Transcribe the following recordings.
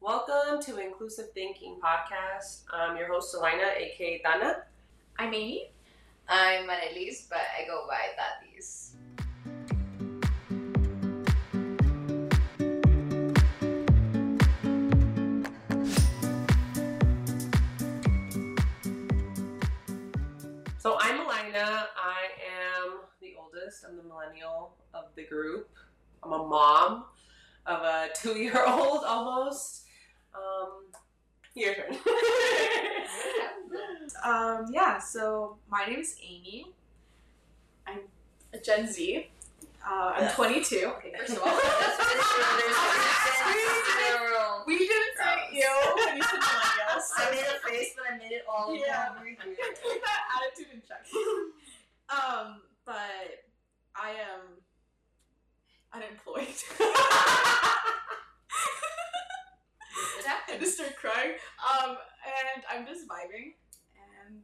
Welcome to Inclusive Thinking Podcast. I'm your host, Selena, aka Dana. I'm Amy. I'm Manelis, but I go by Tatis. So I'm Alina. I am the oldest. I'm the millennial of the group. I'm a mom of a two-year-old almost. Um, your turn. Um, yeah, so my name is Amy. I'm a Gen Z. Uh, I'm 22. First of all, that's I We didn't say you when you said millennials. made a face, but I made it all Yeah. over here. Keep that attitude in check. um, but I am unemployed. It I happened. just start crying. Um, and I'm just vibing. And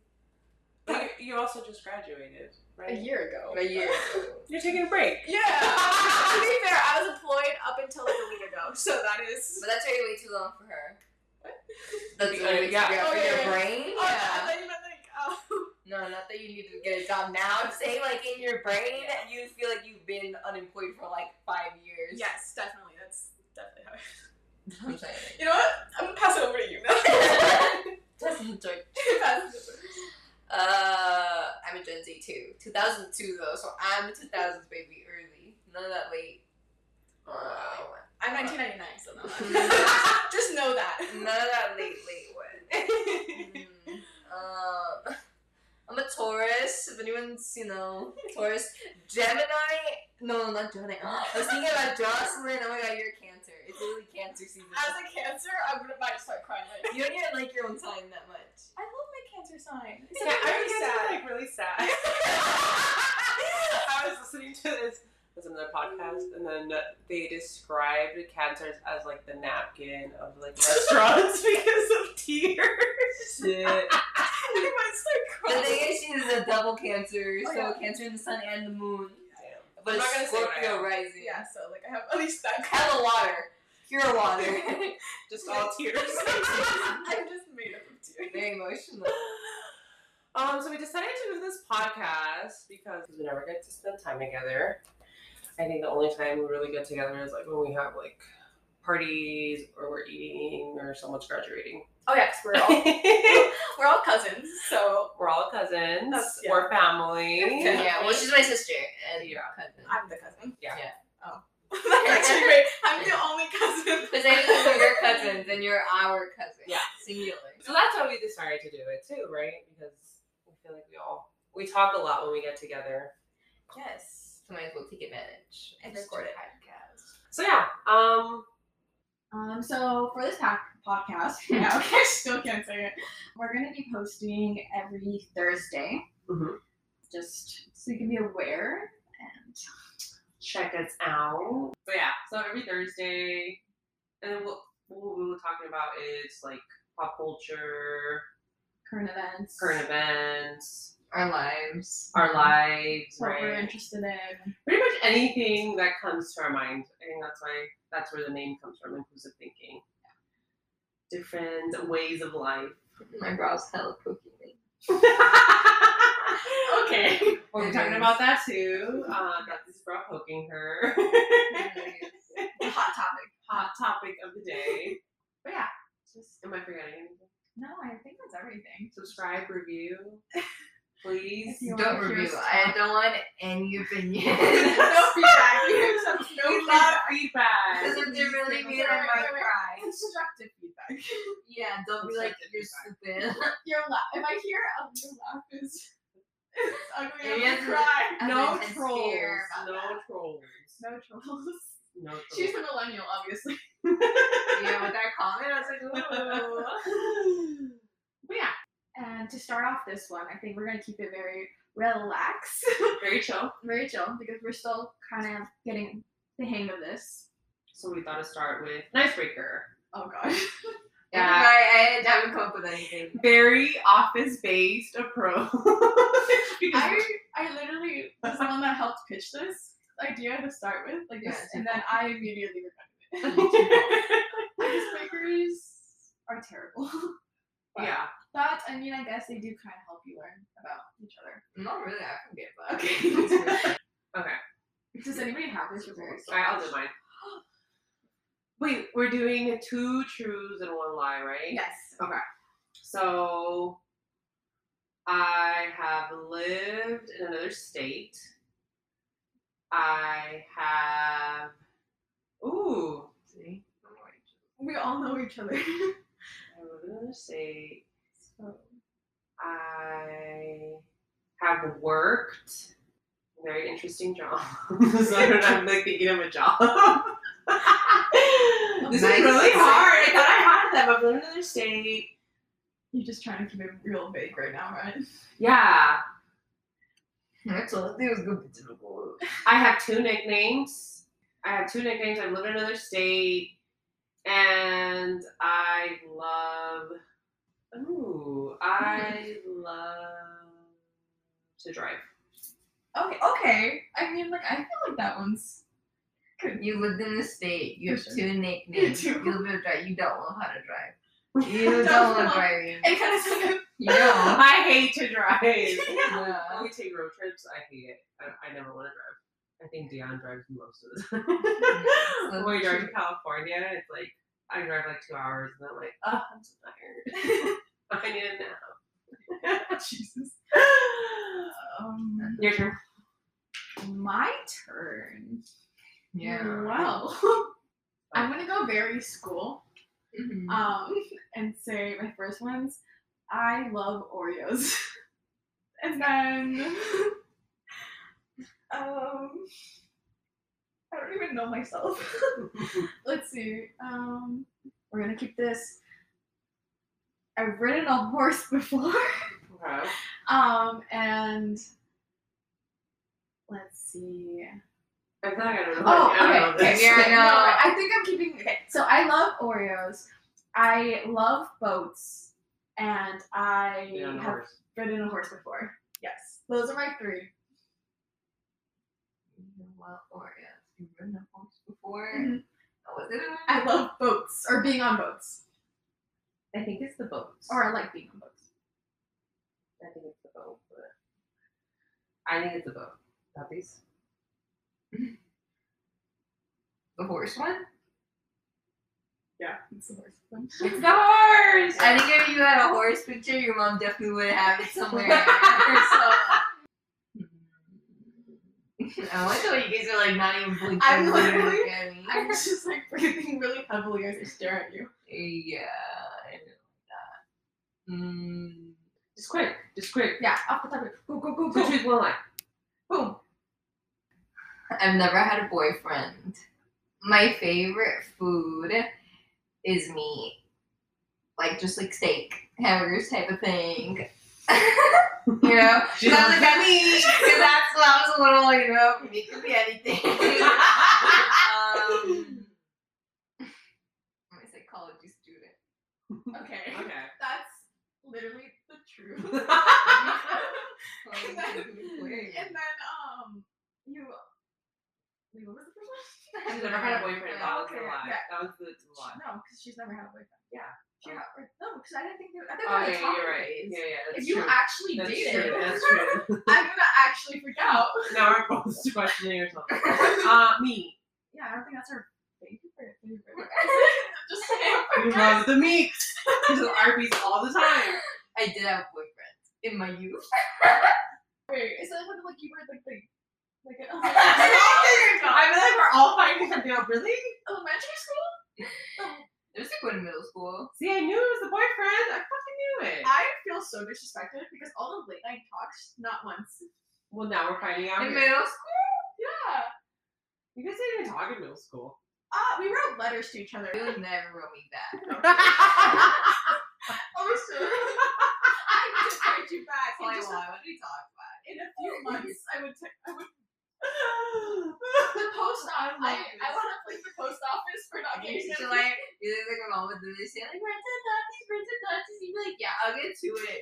But you- you also just graduated, right? year ago. A year. You're taking a break. Yeah. to be fair, I was employed up until like a week ago, so that is. But that's already way too long for her. What? That's Yeah. already way too Yeah. long Oh, for yeah, your yeah. brain? Oh, I thought you meant like. Oh. No, not that you need to get a job now. I'm saying, like, in your brain, you feel like you've been unemployed for like five years. Yes, definitely. That's definitely how. I- I'm saying. You know what? I'm gonna pass it over to you now. That's a joke. pass it over. Uh, I'm a Gen Z too. 2002 though, so I'm a 2000s baby early. None of that late. Wow. I'm 1999, so no. Just know None of that. that late, late one. Mm. Um, I'm a Taurus. If anyone's, you know, Taurus, Gemini. No, no, not Gemini. I was thinking about Jocelyn. Oh my god, you're a Cancer. It's literally Cancer season. As a cancer, I would might start crying. Like, You don't even like your own sign that much. I love my cancer sign. It's Yeah, I was like really sad. I was listening to this was another podcast, and then they described cancers as like the napkin of like restaurants because of tears. Shit. I might The start crying. thing is, she's a double Cancer, Oh, so yeah. Cancer in the sun and the moon. Damn. But I'm it's not gonna say what I Scorpio am. rising. Yeah, so like I have at least that. Hella water. Pure water. Just all tears. I'm just made up of tears. Very emotional. um, so we decided to do this podcast because we never get to spend time together. I think the only time we really get together is like when we have like parties or we're eating or someone's graduating. Oh yeah, we we're all we're all cousins, so we're all cousins. That's- yeah. We're family. Yeah. well, she's my sister and Yeah. cousin. I'm the cousin. Yeah. Yeah. Oh. That's actually great. I'm the only cousin. Because I think we're your cousins and you're our cousin. Yeah. Singular. So that's why we decided to do it too, right? Because we feel like we all we talk a lot when we get together. Yes. So might as well take advantage And record record it. a So yeah, um, Um, so for this pack- podcast, yeah, okay, I still can't say it. We're gonna be posting every Thursday, Mhm. just so you can be aware. And check us out. So yeah, so every Thursday, and then what, what we were talking about is like pop culture, current events, current events, Our lives. our lives, Mm-hmm. what we're right? interested in. Pretty much anything that comes to our mind. I think that's why that's where the name comes from, inclusive thinking. Different ways of life. My brow's hella poking me. okay. We're talking about that too. Um, Uh, that is bra poking her. Hot topic. Hot topic of the day. But yeah, just Am I forgetting anything? no, I think that's everything. Subscribe, review, please. If you don't want to hear review. us I talk. don't want any opinion. no feedback. You accept we no love feedback. This feedback. is really mean Wait, I wait, might wait. cry. Constructive feedback. Yeah, don't be like you're stupid. Your laugh. If I hear a your laugh is is ugly, I'm Yes. gonna cry. I'm No not trolls. scared about No that. trolls. No trolls. No trolls. She's a millennial, obviously. yeah, with that comment, I was like, "Whoa." but yeah. And to start off this one, I think we're gonna keep it very relaxed, Very chill. very chill, because we're still kind of getting the hang of this. So we thought to start with an icebreaker. Oh god. yeah, I, I haven't come up with anything. Very office-based approach. Because I I literally was the one that helped pitch this idea to start with, like this, Yes. and then I immediately regretted it. Icebreakers terrible. Wow. Yeah. but I mean, I guess they do kind of help you learn about each other. Not really. I can get that. Okay. Okay. Does anybody have this prepared? All right, I'll do mine. Wait, we're doing two truths and one lie, right? Yes. So I have lived in another state. I have. Ooh. See? We all know each other. I lived in another state. so, I have worked very interesting jobs. so I don't have like thinking of a job. this Nice. is really hard. I thought I had them. I've lived in another state. you're just trying to keep it real vague right now, right? Yeah. That's all. It was good, difficult. I have two nicknames. I have two nicknames. I live in another state, and I love. Ooh, I love to drive. Okay. Okay. I mean, like, I feel like that one's. You lived in the state. You have Sure. two nicknames. You You do. live in a drive. You don't know how to drive. Don't You don't know. know driving. It kind of sounded. You don't. I hate to drive. Yeah. When we take road trips, I hate it. I, I never want to drive. I think Dion drives most of the time. so when we drive to true. California, it's like I drive like two hours, and I'm like, oh, I'm so tired. I need a nap. Jesus. Um, Your turn. my turn. Yeah. Well, I'm gonna go very school. Mhm. Um, and say my first ones. I love Oreos. and then, um, I don't even know myself. Let's see. Um, we're gonna keep this. I've ridden a horse before. Okay. Um, and let's see. I feel like I don't know. Oh, I okay. don't know okay, this. yeah, I okay, know. no, I think I'm keeping. Okay, so I love Oreos. I love boats, and I Yeah, no have worries. ridden a horse before. Yes, those are my three. You love Oreos. You've ridden a horse before. Mhm. Oh, was it? I love boats or being on boats, I think it's the boat. or I like being on boats. I think it's the boat. But I think it's the boat. Puppies. the horse one. Yeah, it's the horse one. It's the horse. I think if you had a horse picture, your mom definitely would have it somewhere. in her cell. I like the way you guys are like not even blinking. I'm You're looking literally- at me. I'm just like breathing really heavily as I stare at you. Yeah, I know that. Mm. Just quick. Just quick. Yeah, off the topic. Go go go Two go. truths, one lie. Boom. I've never had a boyfriend. My favorite food is meat, like just like steak, hamburgers type of thing. you know, She That's loves like- Cause that's when I was a little, you know, meat could be anything. um, I'm a psychology student. Okay. okay. That's literally the truth. and, then, and then, um, you. Wait, what was the first one? She's never had a boyfriend. That was the Okay, lie. yeah. That was the lie. No, because she's never had a boyfriend. Yeah. She got, or, no, because I didn't think they were. I Oh thought yeah, they were you're talking right. days. Yeah, yeah. That's If you true. actually that's true. dated, That's true. I'm gonna actually freak out. now we're both questioning ourselves. Uh, me. Yeah, I don't think that's her favorite. favorite. I'm just You saying. love the meat. You love Arby's all the time. I did have a boyfriend in my youth. Wait, is that when like you were like the like an I feel like we're all finding something out. Really? elementary school? There's like one in middle school. See, I knew it was the boyfriend. I fucking knew it. I feel so disrespected because all the late night talks, not once. Well, now we're finding out. In here. middle school? Yeah. You guys didn't even talk in middle school. Uh, we wrote letters to each other. You'll never roll me back. Also, I just write you back. Why, And just why? What do we talk about? in a few months, I would. T- I would. The post office. I, I want to play the post office for not Okay, getting so it. like, you look like my mom would do this, say like, we're at the Nazis, we're at the Nazis. You'd be like, yeah, I'll get to it.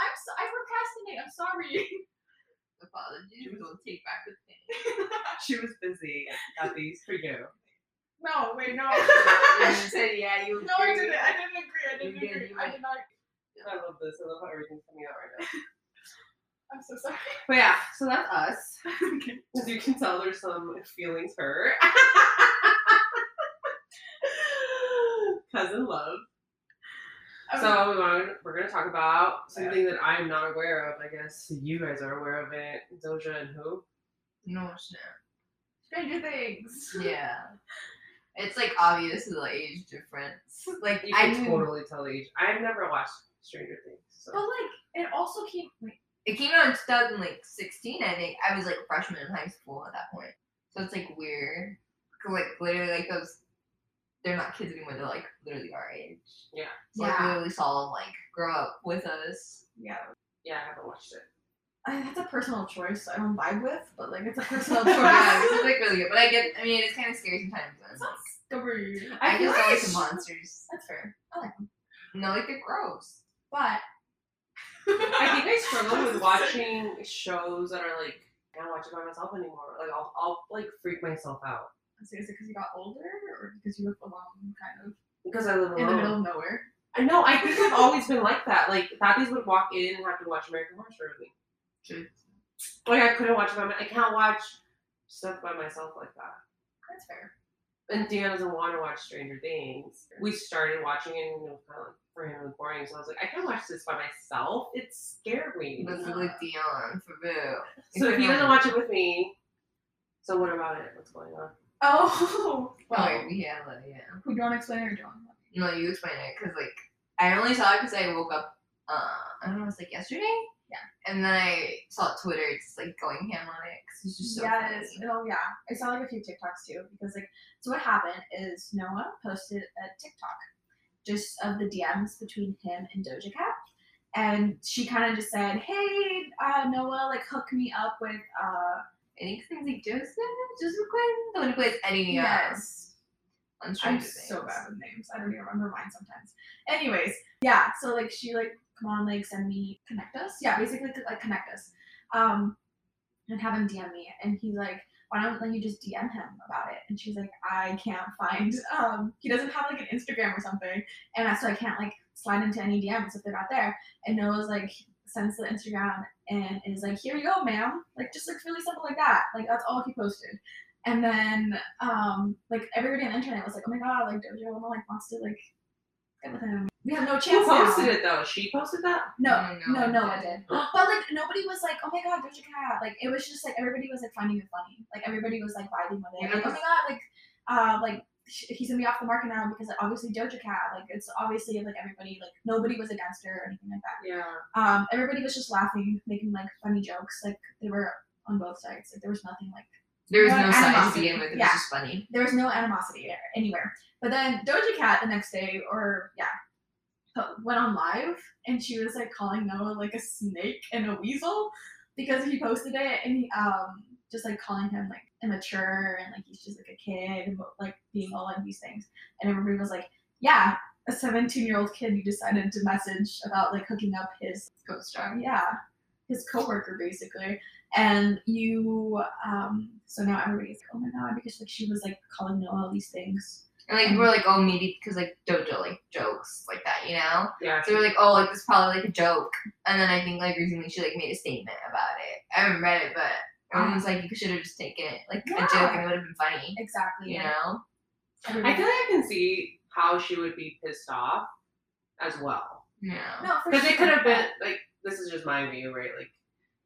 I'm. So, I procrastinate. I'm sorry. Apologies, we don't take back the thing. she was busy at least for you. No, wait, no. And she said, yeah, you no, I agree. didn't. I didn't agree. I You didn't did, agree. you this. I love how everything's coming out right now. I'm so sorry. But yeah, so that's us. okay. As you can tell, there's some feelings hurt. Cousin love. Um, So we want, we're going to talk about something that I'm not aware of. I guess you guys are aware of it. Doja and who? No shit. Stranger Things. Yeah. It's like obvious the age difference. Like You I can knew totally tell the age. I've never watched Stranger Things. So. But like, it also came. Wait, it came out in 2016, I think. I was like a freshman in high school at that point. So it's like weird. 'Cause, like literally like those they're not kids anymore, they're like literally our age. Yeah. So like, Yeah. we literally saw them like grow up with us. yeah. yeah, I haven't watched it. I, that's a personal choice. I don't vibe with, but like, it's a personal So yeah, choice. it's like really good. But I get I mean it's kinda scary sometimes. That But sounds stupid. I, feel just don't like the like- monsters. That's fair. No, like they're gross. But I think I struggle with watching shows that are like I don't watch it by myself anymore. Like I'll, I'll like freak myself out So is it because you got older or because you lived alone, kind of because I live in the middle alone. of nowhere? I know. I think I've always been like that. Like Thaddeus would walk in and have to watch American Horror Story with me. True. Like I couldn't watch it by my. I can't watch stuff by myself like that. That's fair. And Dan doesn't want to watch Stranger Things. We started watching it and it was kind of like for him it was boring. So I was like, I can't watch this by myself. It's scary. This is like Dion for boo. So if he doesn't watch it with me, so what about it? What's going on? Oh, well, Well, yeah, like, yeah. who don't explain it or don't. No, you explain it because like I only saw it because I woke up. Uh, I don't know, it was like yesterday. Yeah. And then I saw Twitter just like going ham on it because it's just so yes. funny. Oh, yeah. I saw like a few TikToks too because like so what happened is Noah posted a TikTok just of the DMs between him and Doja Cat, and she kind of just said, "Hey, uh, Noah, like hook me up with uh I think things like Joseph, Joseph Quinn, the one who plays Eddie. uh, yes." on Stranger I'm Things. so bad with names. I don't even remember mine sometimes. Anyways, yeah. So like she like come on like send me connect us. Yeah, basically like connect us. Um, and have him DM me, and he's like, why don't like you just DM him about it? And she's like, I can't find. Um, he doesn't have like an Instagram or something, and I- so I can't like slide into any DMs if they're not there. And Noah's like sends the Instagram and is like, here you go, ma'am. Like just like really simple like that. Like that's all he posted. And then um, like everybody on the internet was like, "Oh my god, like Doja Cat like wants to like get with him. We have no Who chance." now." posted it though? She posted that? No, No, Oh, no, no, no, I I did. But like nobody was like, "Oh my god, Doja Cat!" Like it was just like everybody was like finding it funny. Like everybody was like vibing with it. Yeah, Like, oh my because- god, like uh, like sh- he's gonna be off the market now because like, obviously Doja Cat. Like it's obviously like everybody like nobody was against her or anything like that. Yeah. Um, everybody was just laughing, making like funny jokes. Like they were on both sides. Like there was nothing like. There was No, no size to animosity. begin with. It Yeah. was just funny. there was no animosity there anywhere. But then Doja Cat the next day, or yeah, uh, went on live and she was like calling Noah like a snake and a weasel because he posted it and he, um just like calling him like immature and like he's just like a kid and like being all of these things. And everybody was like, yeah, a 17 year old kid who decided to message about like hooking up his Co-star. yeah, his coworker basically. And you, um, so now everybody's like, oh my god, because like she was like calling Noah all these things. And like we were like, oh, meaty, because like Dojo like jokes like that, you know. Yeah. So we were like, oh, like this is probably like a joke. And then I think like recently she like made a statement about it. I haven't read it, but everyone was like, you should have just taken it like a joke and it would have been funny. Exactly. You know? I feel like I can see how she would be pissed off as well. Yeah. no, for Because it sure. could have been like this is just my view, right? Like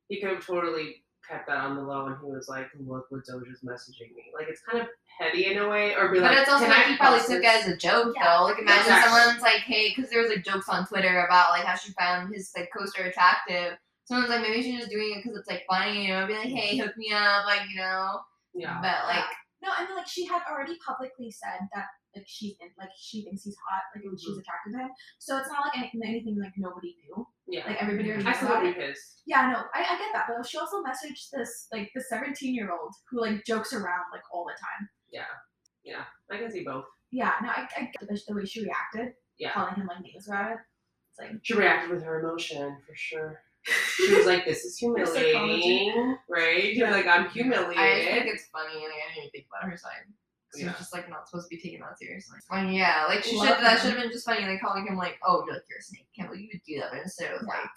he could have totally kept that on the low and he was like, Look what Doja's messaging me. Like it's kind of petty in a way. Or be But like, it's also "Can like I he probably post took it this?" as a joke Yeah. though. Like imagine Exactly. someone's like, hey, because there was like jokes on Twitter about like how she found his like co-star attractive. Someone's like, maybe she's just doing it because it's like funny, you know? Be like, hey, hook me up, like you know. Yeah. But like, No, I mean like she had already publicly said that like she's in, like she thinks he's hot, like and she's attracted to him. So it's not like anything, anything like nobody knew. Yeah. Like everybody already knew I still about would it. be pissed. Yeah, no, I, I get that, but she also messaged this like the seventeen year old who like jokes around like all the time. Yeah. Yeah. I can see both. Yeah, no, I, I get the, the way she reacted, Yeah. calling him like names about it. It's like She reacted with her emotion for sure. She was like, This is psychology. humiliating. Right? She was like, I'm humiliated. I just think it's funny, and like, I didn't even think about her side. 'Cause Yeah. It's just like not supposed to be taken that seriously. Like yeah, like she should Love that him. should have been just funny. Like calling him like, oh, you're like you're a snake. Can't believe you would do that. But instead it was like,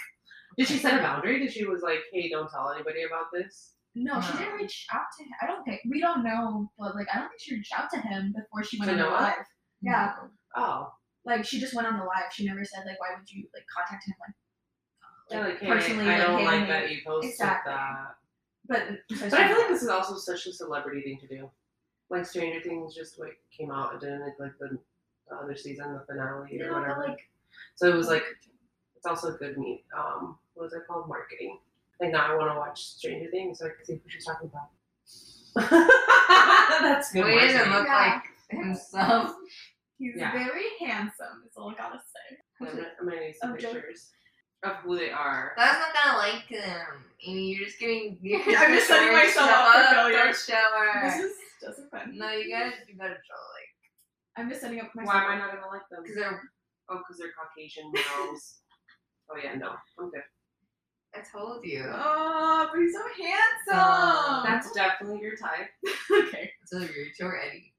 Did she set a boundary? Did she was like, hey, don't tell anybody about this? No, she Uh-huh. No. didn't reach out to him. I don't think we don't know, but like I don't think she reached out to him before she went To on the Noah? live. Yeah. no. Oh. Like she just went on the live. She never said like why would you like contact him like. Yeah, like, hey, personally, I like, don't hey, like that you posted Exactly. that. But so But I feel like this is also such a celebrity thing to do. Like Stranger Things just like came out and didn't it, like the, the other season, the finale yeah, or whatever. but like so it was like it's also good meat. Um, what is it called? Marketing. And now I want to watch Stranger Things so I can see who she's talking about. That's good. Well, he doesn't marketing. look Yeah. like himself. he's Yeah. very handsome. Is all I gotta say. I'm gonna, I'm gonna need some Oh, Jen- pictures of who they are. That's not gonna like him. Amy, you're just giving. You're I'm just setting showing myself up for failure. Don't shower. This is just a fun. no, you guys do better, Joel. I'm just setting up myself. Why am I not gonna like them? Like, because they're. Oh, because they're Caucasian males. oh yeah, no, I'm good. I told you. Oh, but he's so Um, handsome. Oh, That's definitely your type. okay. It's either you two or Eddie.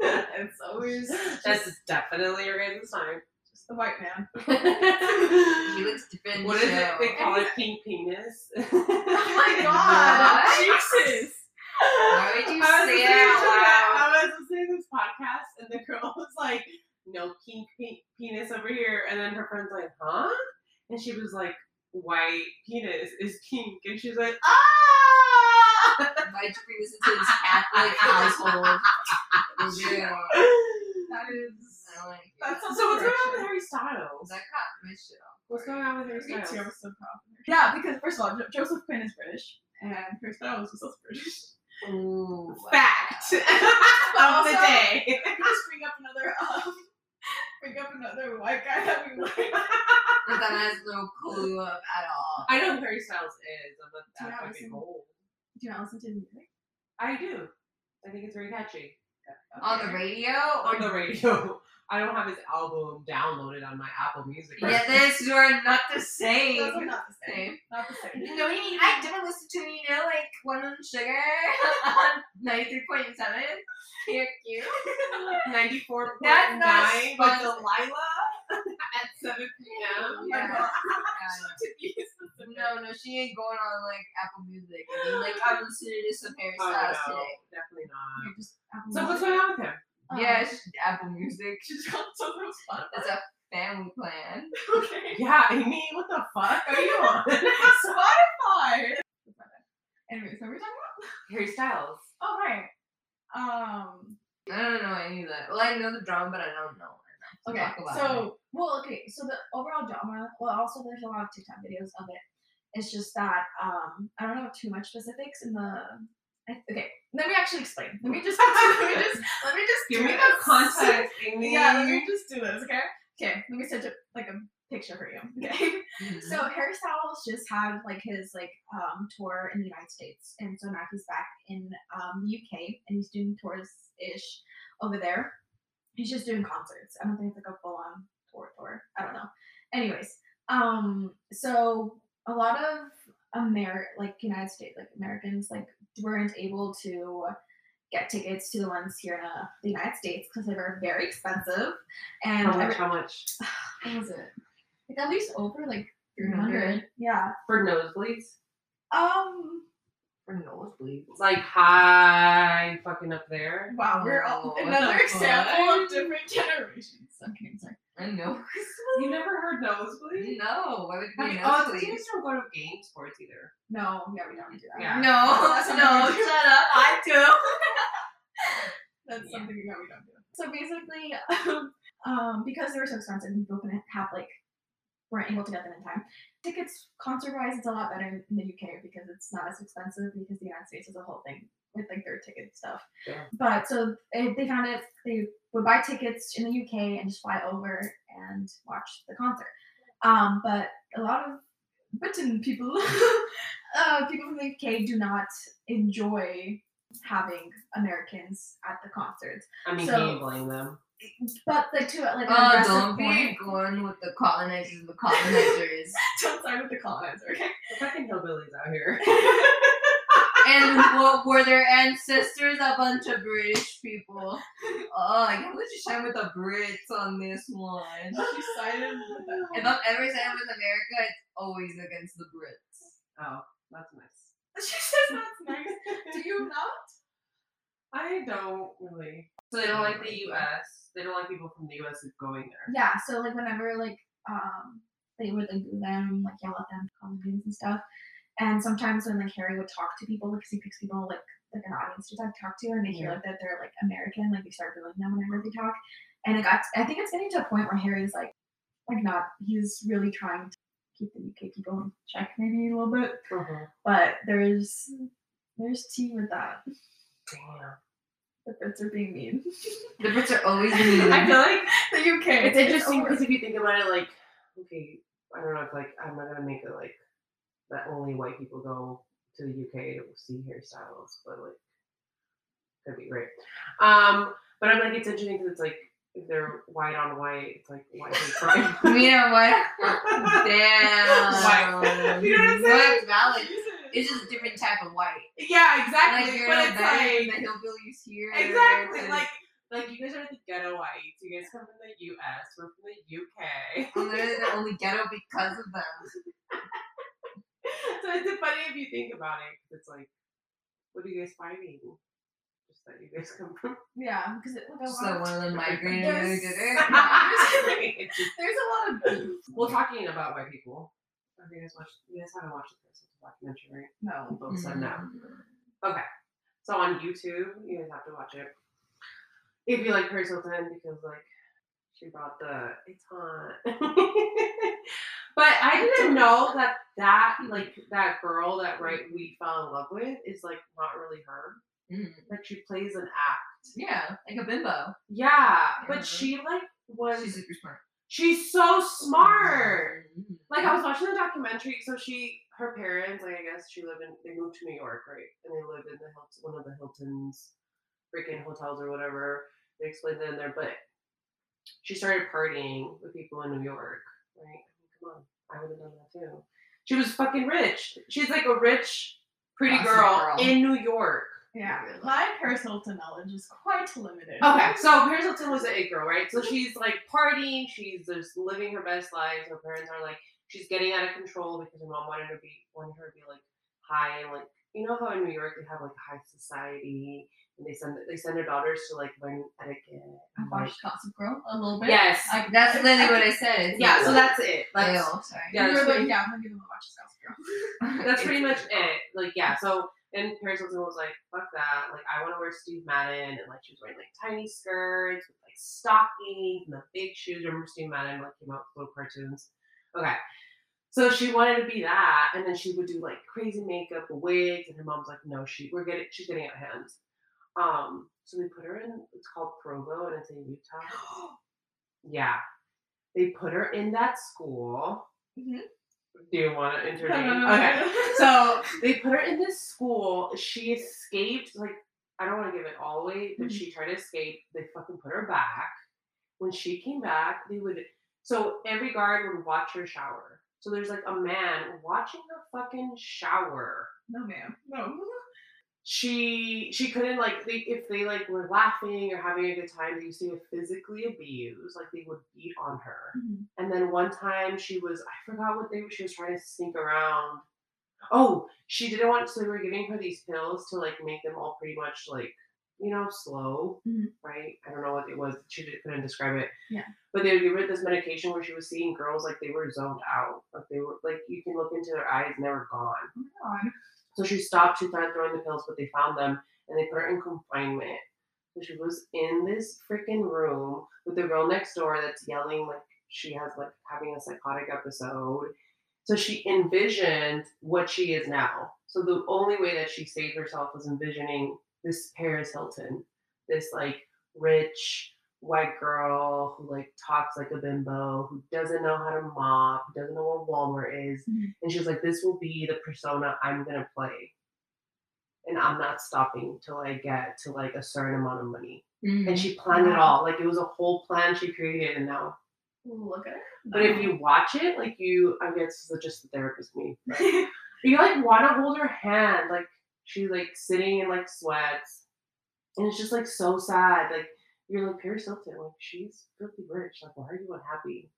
It's always That's definitely your guys' time. just the white man. He looks different. in the what is it? show. They call it pink penis. oh Oh my God. god, Jesus! Why would you I was say listening that to out that- I was listening to this podcast, and the girl was like, No pink pe- penis over here, and then her friend's like, huh? And she was like, white penis is pink, and she's like, ah! Why'd you bring this into this Catholic household? Is it- I "That is." don't like it. That's so so what's going on with correction. Harry Styles? I caught my shit off. What's going on with Harry Me too, I'm Styles? so proud. Yeah, because first of all, Jo- Joseph Quinn is British, and Harry Styles was also British. Ooh. wow. Fact of Of the the day. day. Can we just bring up another, um, bring up another white guy that we like. But that has no clue of at all. I know who Harry Styles is. I'm not Do you that not fucking listen- old. Do you not listen to music? I do. I think it's very catchy. On the radio? On Or the radio. I don't have his album downloaded on my Apple Music. get this, you are not the same. Those are not the same. same. Not the same. You know what I mean? I didn't listen to you know like one on sugar on ninety three point seven. You're cute. 94.9 That's not with sponsored. Delilah at 7 p.m. my Yeah. God. Yeah. No, no, she ain't going on like Apple Music. I mean, like I'm listening to some Harry Oh, Styles no, today. definitely not. You're just Apple So what's Music. going on with him? Um, yeah, she, Apple Music. She's got so much fun. It's a family plan. Okay. Yeah, Amy, what the fuck are you on? Spotify. Anyway, so we're talking about. Harry Styles. Oh right. Um. I don't know any of that. Well, I know the drama, but I don't know. enough to Okay. talk about it. So well, okay. So the overall drama. Well, also there's a lot of TikTok videos of it. It's just that um I don't know too much specifics in the. I- Okay. Let me actually explain. Let me just. let me just. Let me just. Give do me the this. context, Amy. Yeah. Let me just do this. Okay. Okay. Let me set up like a picture for you. Okay. Mhm. So Mm-hmm. Harry Styles just had like his like um tour in the United States, and so now he's back in um the UK, and he's doing tours ish over there. He's just doing concerts. I don't think it's like a full on tour tour. I don't know. Anyways, um, so a lot of Amer like United States like Americans like weren't able to get tickets to the ones here in uh, the United States because they were very expensive, and How much? every- How much? what was it? Like at least over like. 300. 300. Yeah. For nosebleeds? Um. For nosebleeds. It's like high fucking up there. Wow, we're Oh, all, what another the example fuck? of different generations. Okay, I'm sorry. I know. You never heard nosebleeds? No, why would I we mean, know oh, the please? teams don't go to game sports either. No, yeah, we don't do that. Yeah. No, That's something no, we do. shut up. I do. That's Yeah. something that we don't do. So basically, um, because they were so expensive, people couldn't have like weren't able to get them in time. Tickets concert wise, it's a lot better in the UK because it's not as expensive because the United States is a whole thing with like their ticket stuff. Yeah. But so they, they found it. They would buy tickets in the UK and just fly over and watch the concert. Um, but a lot of Britain people, uh, people from the UK, do not enjoy having Americans at the concerts. I mean, So- can you blame them? But like to like an Oh, aggressive don't be point. going with the colonizers, the colonizers. Don't side with the colonizer, okay? The fucking hillbillies out here. and what were their ancestors a bunch of British people? Oh, I can't believe she signed with the Brits on this one. She sided with them. If I'm ever siding with America, it's always against the Brits. Oh, that's nice. She says that's nice. Do you not? I don't really. So they don't like the U.S. They don't like people from the U.S. going there. Yeah, so like whenever like um they would like boo them, like yell at them, call them names and stuff. And sometimes when like Harry would talk to people, like 'cause he picks people like like an audience to talk, talk to, and they hear Yeah. like that they're like American, like they start booing them whenever they talk. And it got, I think it's getting to a point where Harry's like, like not, he's really trying to keep the UK people in check maybe a little bit, Uh-huh. but there's there's tea with that. Damn. The Brits are being mean. The Brits are always I mean. feel like the UK. it's interesting over. because if you think about it, like, okay, I don't know if like I'm not gonna make it like that only white people go to the UK to see hairstyles, but like could be right. Um, but I'm like it's interesting because it's like if they're white on white, it's like white on Me and my white. damn. You know what I'm No, saying? it's valid. It's just a different type of white. yeah, exactly. Like you're but not it's that, like the hillbillies here. Exactly, and- like like you guys are the ghetto whites. You guys come from the U.S. We're from the U.K. I'm literally the only ghetto because of them. so it's funny if you think about it. 'cause It's like, what are you guys fighting? Just that you guys come from. Yeah, because it, like, a Just lot that of- one of them migrated. There's- It's just- there's a lot of beef. well, talking about white people. Have you guys watched? You guys haven't watched the first documentary, right? No. Mm-hmm. Both said no. So on YouTube, you guys have to watch it. If you like Paris Hilton, because like she brought the it's hot. but I didn't know that that like that girl that right we fell in love with is like not really her. Mm. Like she plays an act. Yeah, like a bimbo. Yeah, but Mhm. she like was she's, She's super smart. so smart. Mhm. Like I was watching the documentary, so she her parents, like I guess she lived in they moved to New York, right? And they lived in the Hilton, one of the Hilton's freaking hotels or whatever. They explained that in there, but she started partying with people in New York, right? I mean, come on, I would have done that too. She was fucking rich. She's like a rich, pretty Awesome girl, girl. in New York. Yeah, my personal knowledge is quite limited. Okay, so Paris Hilton was an it girl, right? So she's like partying, she's just living her best life. Her parents are like, she's getting out of control because her mom wanted her to be wanted her to be like high and like you know how in New York they have like high society and they send they send their daughters to like learn etiquette. I've and, like- watched Gossip Girl a little bit. Yes. I, That's literally what I said. It's yeah, like so that's it. a That's whale, sorry. Yeah, you that's were like, pretty- yeah, I'm gonna watch Gossip Girl. that's pretty much it. Like yeah, so and Paris Hilton was like, fuck that. Like I wanna wear Steve Madden and like she was wearing like tiny skirts with like stockings and the big shoes. Remember Steve Madden like came out with little cartoons. Okay. So she wanted to be that and then she would do like crazy makeup, wigs, and her mom's like, No, she we're getting she's getting out of hand. Um, so they put her in it's called Provo and it's in Utah. Yeah. They put her in that school. Mhm. Do you want to No, no, intervene? no, no, Okay. no. So they put her in this school. She escaped. Like I don't want to give it all away, but Mhm. she tried to escape. They fucking put her back. When she came back, they would. So every guard would watch her shower. So there's like a man watching her fucking shower no, ma'am, no. she she couldn't like they, if they like were laughing or having a good time they used to get physically abused like they would beat on her Mhm. and then one time she was i forgot what they were she was trying to sneak around oh she didn't want so they were giving her these pills to like make them all pretty much like you know slow Mhm. right i don't know what it was she didn't, couldn't describe it Yeah. but they would give her this medication where she was seeing girls like they were zoned out like they were like you can look into their eyes and they were gone Oh my god. so she stopped. She started throwing the pills, but they found them and they put her in confinement. So she was in this freaking room with the girl next door that's yelling like she has like having a psychotic episode. So she envisioned what she is now. So the only way that she saved herself was envisioning this Paris Hilton, this like rich white girl who like talks like a bimbo, who doesn't know how to mop, who doesn't know what Walmart is, Mhm. and she was like, "This will be the persona I'm gonna play." And I'm not stopping till I get to like a certain amount of money. Mm-hmm. And she planned it all. Like it was a whole plan she created and now. Look at it. But if you watch it, like you I guess this is just the therapist me. You like wanna hold her hand. Like she's like sitting in like sweats, and it's just like so sad. Like you're like Paris Hilton, like she's filthy rich. Like why are you unhappy?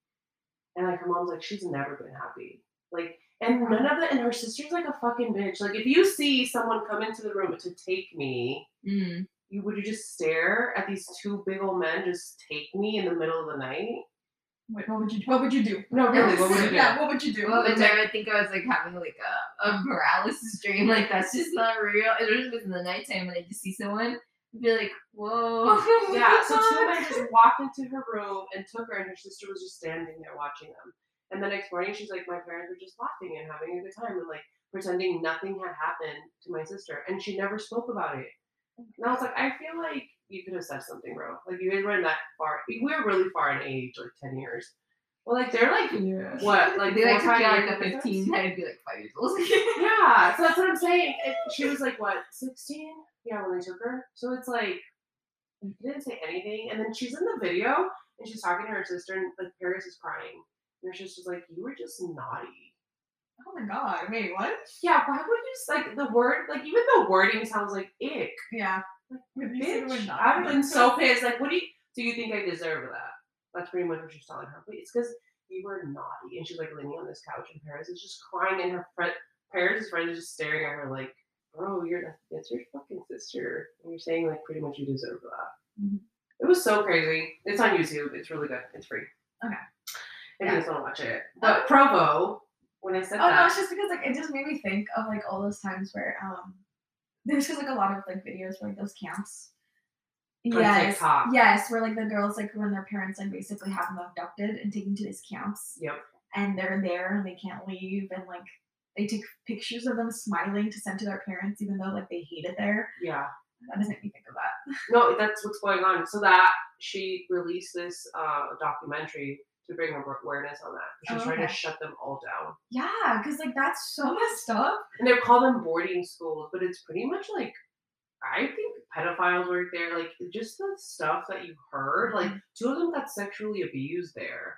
And like her mom's like she's never been happy. Like and none of that. And her sister's like a fucking bitch. Like if you see someone come into the room to take me, Mm. you would you just stare at these two big old men just take me in the middle of the night? Wait, what would you what would you do? No, really, what would you do? yeah, what would you do? Well, but I would think I was like having like a, a paralysis dream. Like that's just not real. It was just in the nighttime and I just see someone I'd be like, whoa. Yeah, so two men just walked into her room and took her, and her sister was just standing there watching them. And the next morning, she's like, My parents were just laughing and having a good time and like pretending nothing had happened to my sister. And she never spoke about it. And I was like, I feel like you could have said something, bro. Like, you guys weren't that far. We were really far in age, like 10 years. Well, like, they're like, Yeah. what? Like, Like, they like four, took me five like a years difference? 15, I'd be like five years old. Yeah, so that's what I'm saying. It, she was like, what, 16? Yeah, when they took her. So it's like, he didn't say anything. And then she's in the video and she's talking to her sister, and like, Paris is crying. And her sister's like, you were just naughty. oh my god, wait, what? Yeah, why would you, s- like, the word, like, even the wording sounds like ick. Yeah. If you said it would Bitch, not I've be- been so pissed. Like, what do you, do you think I deserve that? That's pretty much what she's telling her. But it's because you were naughty. And she's like leaning on this couch, and Paris is just crying, and her friend, Paris' friend is just staring at her like, bro, you're not, it's your fucking sister. And you're saying, like, pretty much you deserve that. Mhm. It was so crazy. It's on YouTube. It's really good. It's free. Okay. If Yeah. you guys want to watch it. But Provo, when I said Oh no, that, it's just because like it just made me think of like all those times where um there's just like a lot of like videos for like those camps. On Yes. TikTok. Yes, where like the girls like when their parents like basically have them abducted and taken to these camps yep. and they're there and they can't leave and like they take pictures of them smiling to send to their parents even though like they hate it there. Yeah. That doesn't make me think of that. No, that's what's going on. So that she released this uh, documentary to bring awareness on that. She's Oh, trying to okay. shut them all down, Yeah, because like that's so messed up. and they call them boarding schools, but it's pretty much like I think pedophiles work there. Like just the stuff that you heard. Like Mm-hmm. two of them got sexually abused there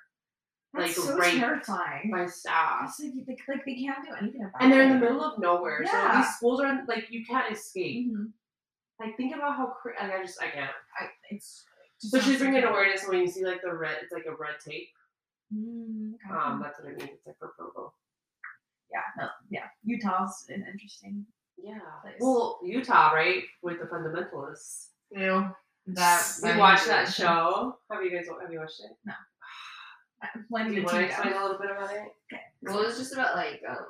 That's Like, so right. terrifying. by staff, It's like, you- like, like they can't do anything about it. and they're in the middle of nowhere. So Yeah. these schools are like you can't escape. Mhm. Like think about how cra- like, I just I can't. I, it's just So she's sounds bringing like- awareness when you see like the red. It's like a red tape. Mm, okay. Um, that's what I mean. It's like for Provo. yeah, no, yeah. Utah's an interesting. Yeah. place. Well, Utah, right? With the fundamentalists. You know, that. we watched that show. Have you guys have you watched it? When Do you want to explain a little bit about it? Well, it's just about like, um,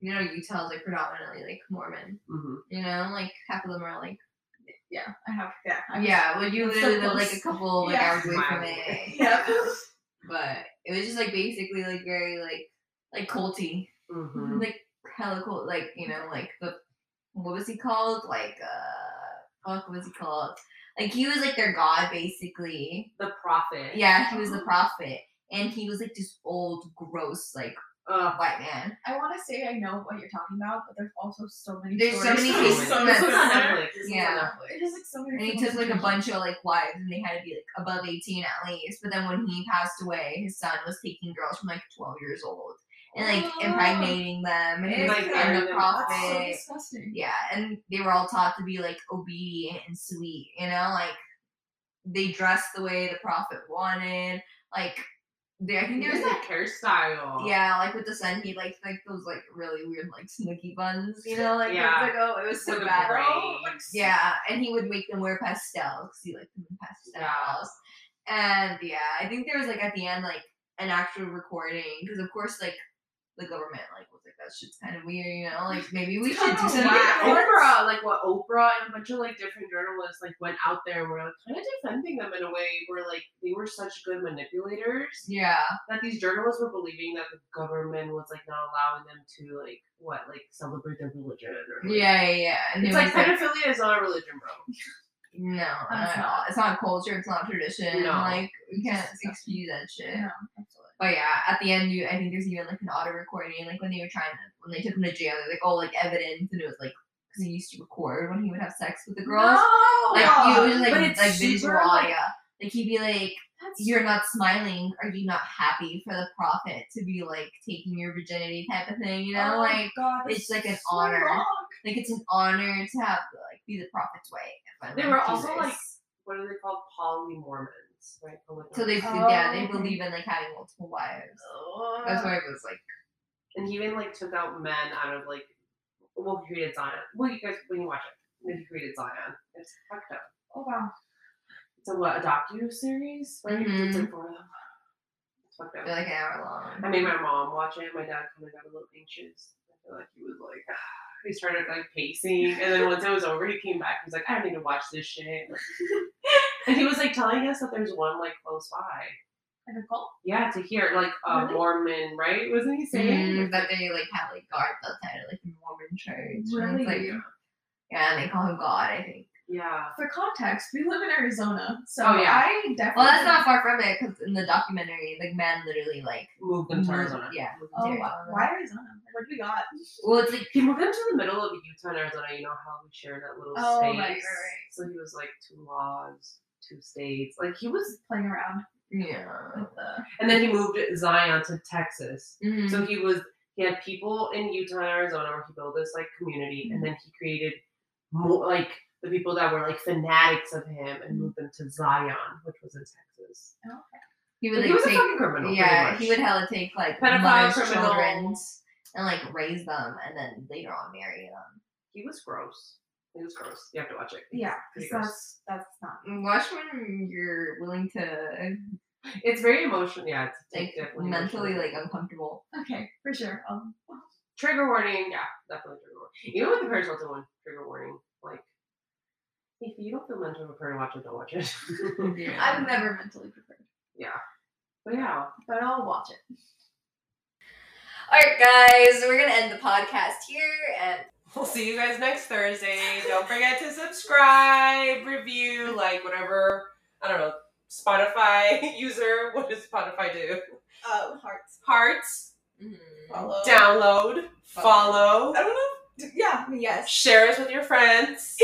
you know, Utah's like predominantly like Mormon. Mm-hmm. You know, like half of them are like. Yeah, I have. Yeah, I was- Yeah, well, you I'm so literally live close. like a couple like Yeah. hours away from Miles it. away. Yeah. But it was just like basically like very like like culty, Mm-hmm. like hella cult, like you know, like the what was he called? Like uh, fuck, what was he called? Like he was like their god basically. The prophet. Yeah, he was Uh-huh. the prophet, and he was like this old, gross, like Ugh. white man. I want to say I know what you're talking about, but there's also so many. There's so stories. many This cases is So on that's- Netflix. This is on Yeah. Netflix. It is like so many. And he took like a bunch of like wives, and they had to be like above eighteen at least. But then when he passed away, his son was taking girls from like twelve years old and like Oh. impregnating them, and, Like, and iron the them That's so prophet. disgusting. Yeah, and they were all taught to be like obedient and sweet, you know, like they dressed the way the prophet wanted. Like they, I think there was There's like that hairstyle. yeah, like with the sun, he liked like those like really weird like snooky buns, you know, like Yeah. years ago. It was so With the bad. bra. Bro, like, Yeah, and he would make them wear pastels because he liked them in pastels. And yeah, I think there was like at the end like an actual recording because of course like the government like was like that shit's kind of weird, you know, like maybe we should do Oh, So something. like wow. different. Oprah, like what Oprah and a bunch of like different journalists like went out there and were like kind of defending them in a way where like they were such good manipulators. Yeah, that these journalists were believing that the government was like not allowing them to like what like celebrate their religion or like- yeah, yeah, yeah. And It's it like was, like, pedophilia is not a religion, bro. no, not That's at all. It's not culture. It's not tradition. No. Like we can't It's excuse that shit. No, absolutely. But yeah, at the end, you I think there's even like an auto recording, like when they were trying to when they took him to jail, they're like, oh, like evidence, and it was like because he used to record when he would have sex with the girls, No! like you it was like But it's like super, visual, like- yeah. Like he'd be like, That's- you're not smiling. Are you not happy for the prophet to be like taking your virginity type of thing? You oh know, my like God, it's that's like an so honor. wrong. Like it's an honor to have like be the prophet's wife. if I'm They were like also, Jesus. like, What are they called? Poly Mormons, right? Poly- so they Oh. yeah they believe in like having multiple wives. That's why it was like and he even like took out men out of like well he created Zion. Well you guys when you watch it, when he created Zion. It's fucked up. Oh wow. It's a what, a docu series? Right? Mhm. It's like four of them. It's fucked up. they're like an hour long. Mm-hmm. I made my mom watch it, my dad kinda got a little anxious. I feel like he was like he started like pacing and then once it was over he came back and was like, I don't need to watch this shit. and he was like telling us that there's one like close by. Like a cult? Yeah, to hear like a Really? Mormon, right? Wasn't he saying? Mm, that they like have like guards outside of like the Mormon church. And it's, Really? like yeah, and they call him God, I think. Yeah. For context, we live in Arizona, so Oh, yeah. I definitely. Well, that's not far from it because in the documentary, like man literally like Moved them to moved- Arizona. Yeah. moved to Oh Arizona. wow. Why Arizona? Like, what do we got? Well, it's like He moved into the middle of Utah and Arizona. You know how we share that little Oh, right, space. right, right. So he was like two laws, two states. Like he was, Playing around yeah. with the. and then he moved Zion to Texas. Mhm. So he was, he had people in Utah and Arizona where he built this like community, Mm-hmm. and then he created more like the people that were like fanatics of him and moved them to Zion, which was in Texas. he would Like, like he was a take fucking criminal. pretty yeah much. he would hella take like Pedophile, mother's criminal. children and like raise them and then later on marry them. He was gross. He was gross. You have to watch it. Yeah, Pretty 'cause gross. that's that's not. Watch when you're willing to It's very emotional. Yeah, it's like definitely mentally emotional. like uncomfortable. Okay, for sure. Um, trigger warning. Yeah, definitely trigger warning. Even with the Paris Hilton one, trigger warning. Like, if you don't feel mentally prepared to watch it, don't watch it. I'm never mentally prepared, but yeah, but I'll watch it. All right, guys, we're gonna end the podcast here and. we'll see you guys next Thursday. Don't forget to subscribe, review, like whatever. I don't know. Spotify user, what does Spotify do? Oh, hearts. Hearts, Follow. download, follow, I don't know. if- Yeah. mm-hmm. Um, Yes. share us with your friends,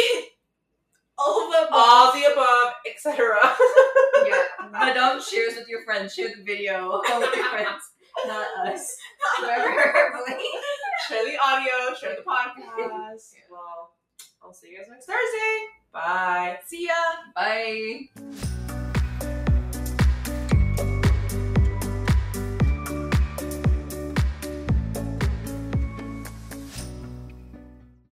All of them. all the above, etc. yeah, but don't share this with your friends. Share the video with your friends, not us. Whoever, please. share the audio, share the podcast. Well, I'll see you guys next Thursday. Bye. See ya. Bye.